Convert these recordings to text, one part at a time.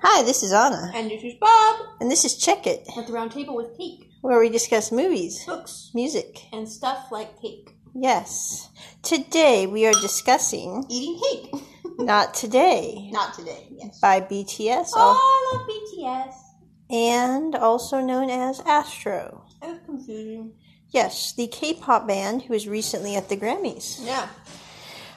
Hi, this is Anna, And this is Bob and this is Check It, at the round table with Cake, where we discuss movies, books, music. and stuff like cake. Yes. Today we are discussing Eating cake. Not Today Not today, yes. by BTS al- Oh, I love BTS. and also known as Astro. That was confusing. Yes, the K pop band who was recently at the Grammys. Yeah.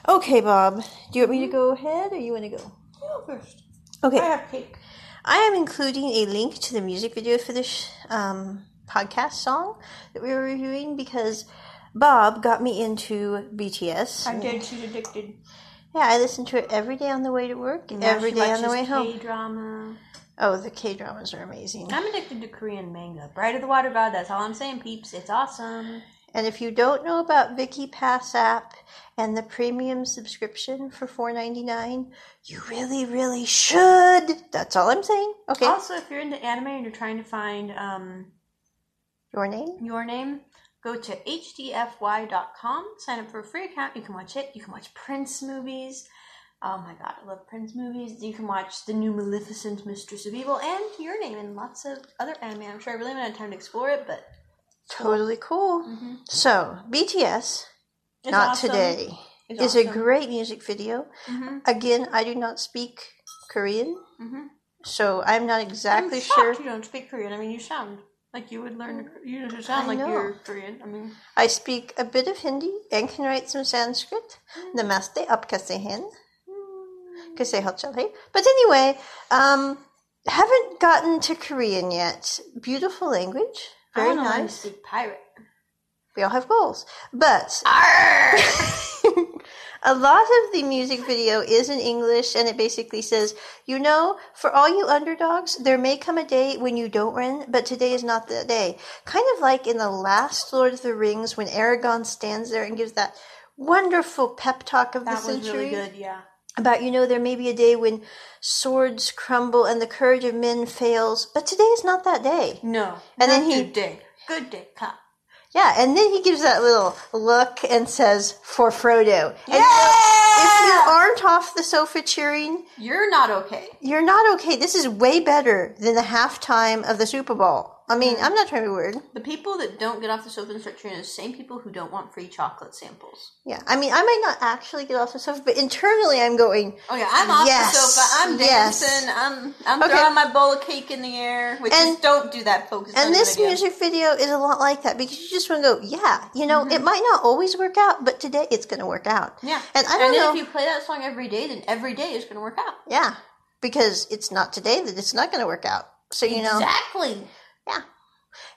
Okay, Bob, do you want me to go ahead or you want to go? You go first. Okay. I have cake. I am including a link to the music video for this um, podcast song that we were reviewing because Bob got me into BTS. I'm dead, she's addicted. Yeah, I listen to it every day on the way to work, And now every she day on the watches way home. K-drama. Oh, the K dramas are amazing. I'm addicted to Korean manga. Bride of the Water God, that's all I'm saying, peeps. It's awesome. And if you don't know about Vicky Pass app and the premium subscription for four ninety nine, you really, really should. That's all I'm saying. Okay. Also, if you're into anime and you're trying to find um, Your name? your name, go to hdfy.com, sign up for a free account. You can watch it. You can watch Prince movies. Oh my god, I love Prince movies. You can watch the new Maleficent Mistress of Evil and your name and lots of other anime. I'm sure I really haven't had time to explore it, but Totally cool. mhm. So BTS, It's not awesome. today, It's is a awesome. great music video. Mhm, Again, I do not speak Korean, mhm. so I'm not exactly I'm sure. shocked You don't speak Korean. I mean, you sound like you would learn. You just sound I like know. you're Korean. I mean, I speak a bit of Hindi and can write some Sanskrit. Namaste, up kaise hain? Kaise ho chale? But anyway, um, haven't gotten to Korean yet. Beautiful language, I very wanna learn to nice. Speak pirate. We all have goals, but a lot of the music video is in English, and it basically says, you know, for all you underdogs, there may come a day when you don't win, but today is not the day. Kind of like in the last Lord of the Rings when Aragon stands there and gives that wonderful pep talk of That the was century really good. Yeah. about you know there may be a day when swords crumble and the courage of men fails but today is not that day No. And then not he- today. Good day, cop. yeah and then he gives that little look and says for frodo and so if you Ah! aren't off the sofa cheering You're not okay. you're not okay this is way better than the halftime of the super bowl i mean i'm not trying to be weird The people that don't get off the sofa and start cheering are the same people who don't want free chocolate samples. yeah i mean i might not actually get off the sofa but internally i'm going Oh yeah, I'm off Yes. the sofa. I'm Yes. dancing. I'm I'm Okay. throwing my bowl of cake in the air. Which And- is don't do that, folks. It's And not a this good idea. music video is a lot like that because you just want to go, yeah, you know, it might not always work out, but today it's going to work out. Mm-hmm. Yeah. And I don't then know. if you play that song every day, then every day is going to work out. yeah. Because it's not today that it's not going to work out. So, you know. Exactly.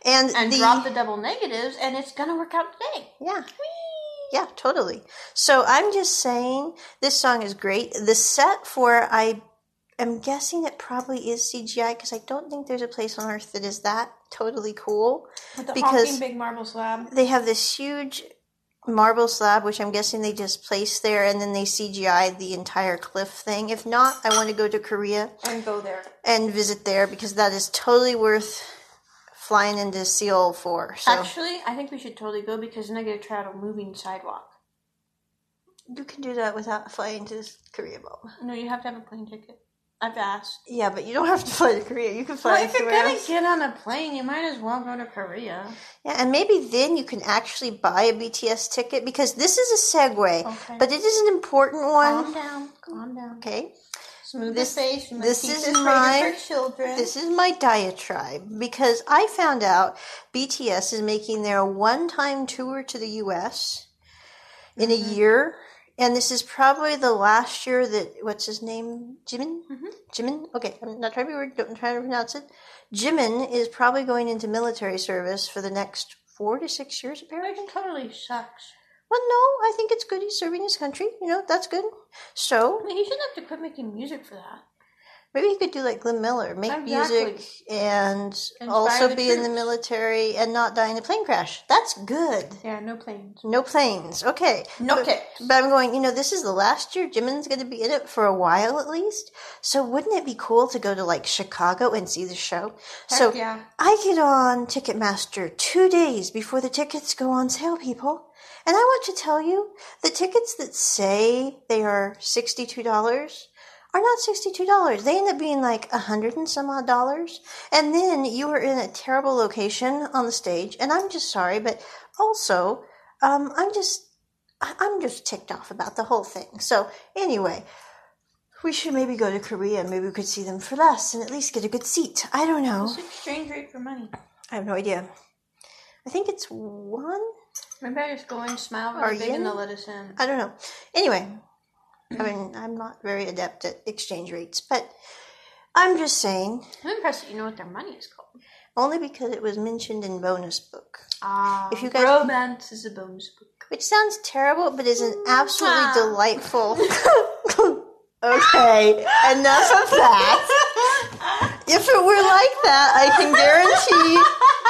And, And the, drop the double negatives, and it's going to work out today. Yeah. Yeah, totally. So I'm just saying this song is great. The set for I am guessing it probably is CGI because I don't think there's a place on earth that is that totally cool. With the Because- honking big marble slab. they have this huge marble slab, which I'm guessing they just placed there, and then they CGI the entire cliff thing. If not, I want to go to Korea And go there. and visit there because that is totally worth flying into Seoul for. So Actually, I think we should totally go because then I get a try out a moving sidewalk. you can do that without flying to Korea, Bob. No, you have to have a plane ticket. I've asked. Yeah, but you don't have to fly to Korea. You can fly Well, if you're anywhere gonna else. get on a plane, you might as well go to Korea. Yeah, and maybe then you can actually buy a BTS ticket because this is a segue, Okay. but it is an important Calm one. down. Calm down. Okay. Smooth This- the face. You must this keep is this rated my- for children. This is my diatribe because I found out BTS is making their one time tour to the US in a year. And this is probably the last year that, what's his name? Jimin? Mhm. Jimin? Okay, I'm not trying to be rude, don't try to pronounce it. Jimin is probably going into military service for the next four to six years, apparently. Which totally sucks. Well, no, I think it's good he's serving his country. You know, that's good. So I mean, he shouldn't have to quit making music for that. maybe he could do like Glenn Miller, make Exactly. music and Inspire also the be in the troops. military and not die in a plane crash. That's good. Yeah, no planes. No planes. Okay. No But- kicks. But I'm going, you know, this is the last year Jimin's going to be in it for a while at least. So wouldn't it be cool to go to like Chicago and see the show? so Heck yeah. I get on Ticketmaster two days before the tickets go on sale, people. And I want to tell you the tickets that say they are $62, are not $62. They end up being like a hundred and some odd dollars. And then you are in a terrible location on the stage. And I'm just sorry, but also, um, I'm just, I- I'm just ticked off about the whole thing. So anyway, we should maybe go to Korea. Maybe we could see them for less and at least get a good seat. I don't know. What's the exchange rate for money? I have no idea. I think it's one. Maybe I just go in, smile Are really big, you? and they'll let us in. I don't know. Anyway, I mean, I'm not very adept at exchange rates, but I'm just saying I'm impressed that you know what their money is called. only because it was mentioned in bonus book, Ah, If you guys- romance is a bonus book. which sounds terrible, but is an absolutely Mwah. delightful. okay, enough of that. If it were like that, I can guarantee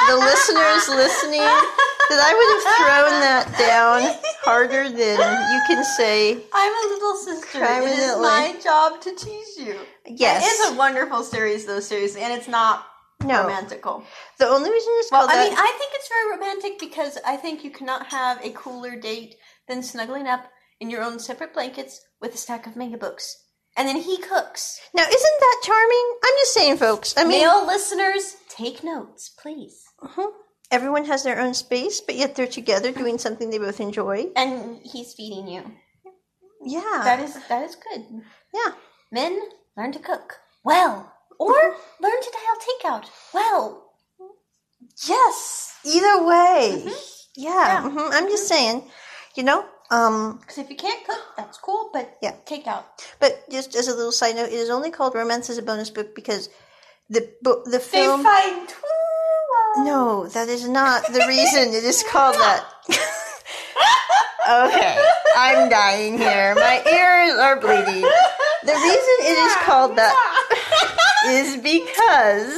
the listeners listening that I would have thrown that down harder than you can say. I'm a little sister. Crime it in is Italy. my job to tease you. Yes. Oh. It is a wonderful series, though, seriously, and it's not no. romantical. The only reason it's Well, called I that. mean, I think it's very romantic because I think you cannot have a cooler date than snuggling up in your own separate blankets with a stack of manga books. And then he cooks. Now, isn't that charming? I'm just saying, folks. I mean, Male listeners, take notes, please. mhm. everyone has their own space, but yet they're together doing something they both enjoy. And he's feeding you. Yeah. That is that is good. yeah. Men learn to cook well, or learn to dial takeout well. Yes, Either way. Mhm. Yeah. Yeah. Mm-hmm. hmm I'm just saying, you know, um, because if you can't cook, that's cool. But Yeah. takeout. but just as a little side note, it is only called Romance as a Bonus Book because the book, the They film. find two. No, that is not the reason it is called that. okay, I'm dying here. My ears are bleeding. The reason it is called that is because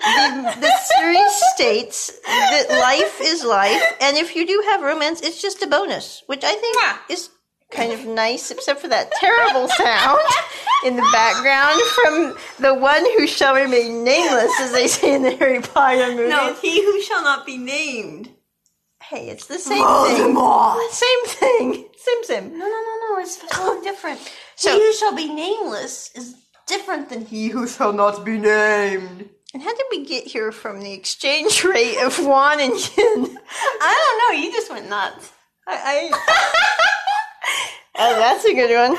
the, the series states that life is life, and if you do have romance, it's just a bonus, which I think is kind of nice, except for that terrible sound in the background from the one who shall remain nameless, as they say in the Harry Potter movie. No, he who shall not be named. Hey, it's the same thing. Same thing. Same, same. No, no, no, no. It's totally different. So- he who shall be nameless is different than he who shall not be named. And how did we get here from the exchange rate of won and yen? I don't know. You just went nuts. I, I oh, that's a good one.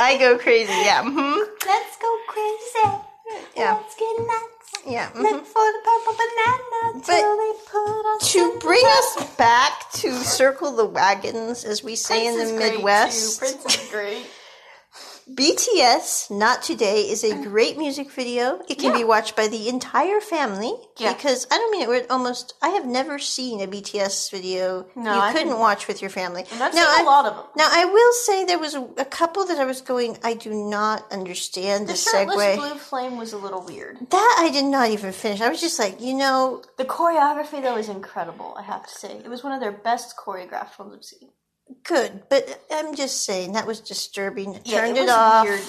I go crazy. Yeah. mhm. Let's go crazy. Yeah. Let's get nuts. Yeah. mhm. Look for the purple banana But till they put us To bring us back to circle the wagons, as we say in the Midwest, Prince is great. BTS "Not Today" is a great music video. It can be Yeah. watched by the entire family Yeah. because I don't mean it. weird, Almost, I have never seen a BTS video No, you I couldn't didn't. watch with your family. And I've Now, seen a I- lot of them. Now, I will say there was a, a couple that I was going. I do not understand the, The shirtless segue. blue flame was a little weird. That I did not even finish. I was just like, you know, The choreography though is incredible. I have to say, it was one of their best choreographed ones I've seen. good, but I'm just saying that was disturbing. I turned it, was off, weird.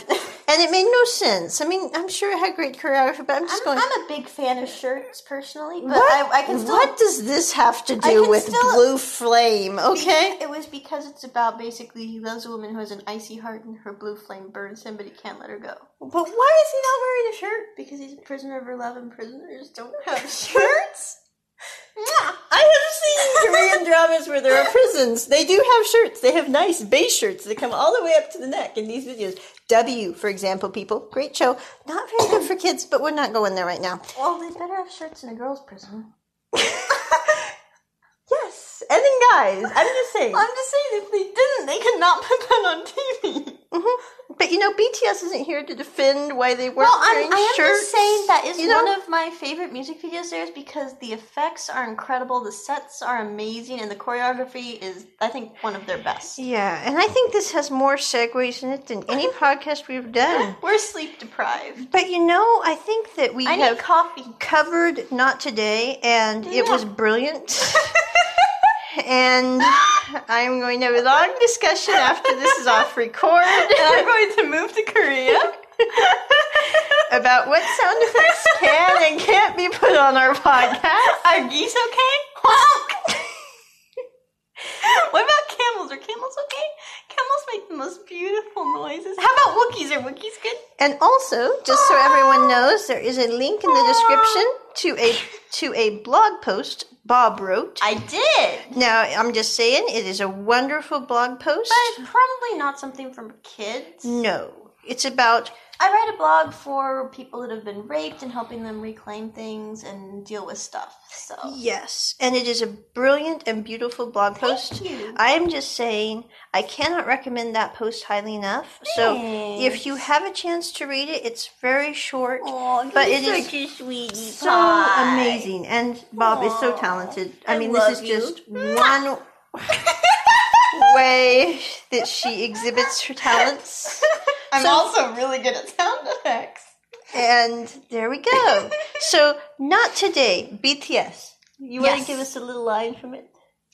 and it made no sense. I mean, I'm sure it had great choreography, but I'm just I'm, going. I'm a big fan of shirts personally, but what? I, I can still. what does this have to I do can with still- blue flame? Okay, It was because it's about basically he loves a woman who has an icy heart and her blue flame burns him, but he can't let her go. but why is he not wearing? Wearing a shirt because he's a prisoner of her love, and prisoners don't have shirts. yeah. I have seen Korean dramas where there are prisons. They do have shirts. They have nice base shirts that come all the way up to the neck in these videos. W, for example, people. Great show. Not very good for kids, but we're not going there right now. Well, they better have shirts in a girls' prison. Yes. And then guys, I'm just saying. I'm just saying, if they didn't, they could not put that on TV. Mhm. But you know, BTS isn't here to defend why they weren't Well, I'm, wearing I am shirts. just saying that is you know? one of my favorite music videos there is because the effects are incredible, the sets are amazing, and the choreography is, I think, one of their best. Yeah, and I think this has more segues in it than any podcast we've done. We're sleep deprived. But you know, I think that we I have need coffee. covered Not Today, and it Yeah. was brilliant. and I'm going to have a long discussion after this is off record going to move to Korea. about what sound effects can and can't be put on our podcast. Are geese okay? what about camels? Are camels okay? Camels make the most beautiful noises. How about Wookiees? Are Wookiees good? And also, just so everyone knows, there is a link in the description to a to a blog post Bob wrote. I did. Now, I'm just saying, it is a wonderful blog post. But probably not something for kids. No, it's about I write a blog for people that have been raped and helping them reclaim things and deal with stuff. So yes, and it is a brilliant and beautiful blog post. you. I am just saying, I cannot recommend that post highly enough. So, if you have a chance to read it, it's very short, Aw, but it you're is such a sweetie so pie. amazing. And Bob is so Aw, talented. I, I mean, this love is you. just one way that she exhibits her talents. I'm So- also really good at sound effects. And there we go. so, not today, BTS. You want Yes. to give us a little line from it?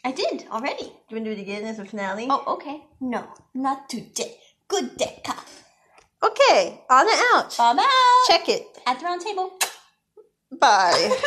I did already. Do you want to do it again as a finale? Oh, okay. No, not today. Good day, cop. Okay, on and out. Bob out. Check it. at the round table. Bye.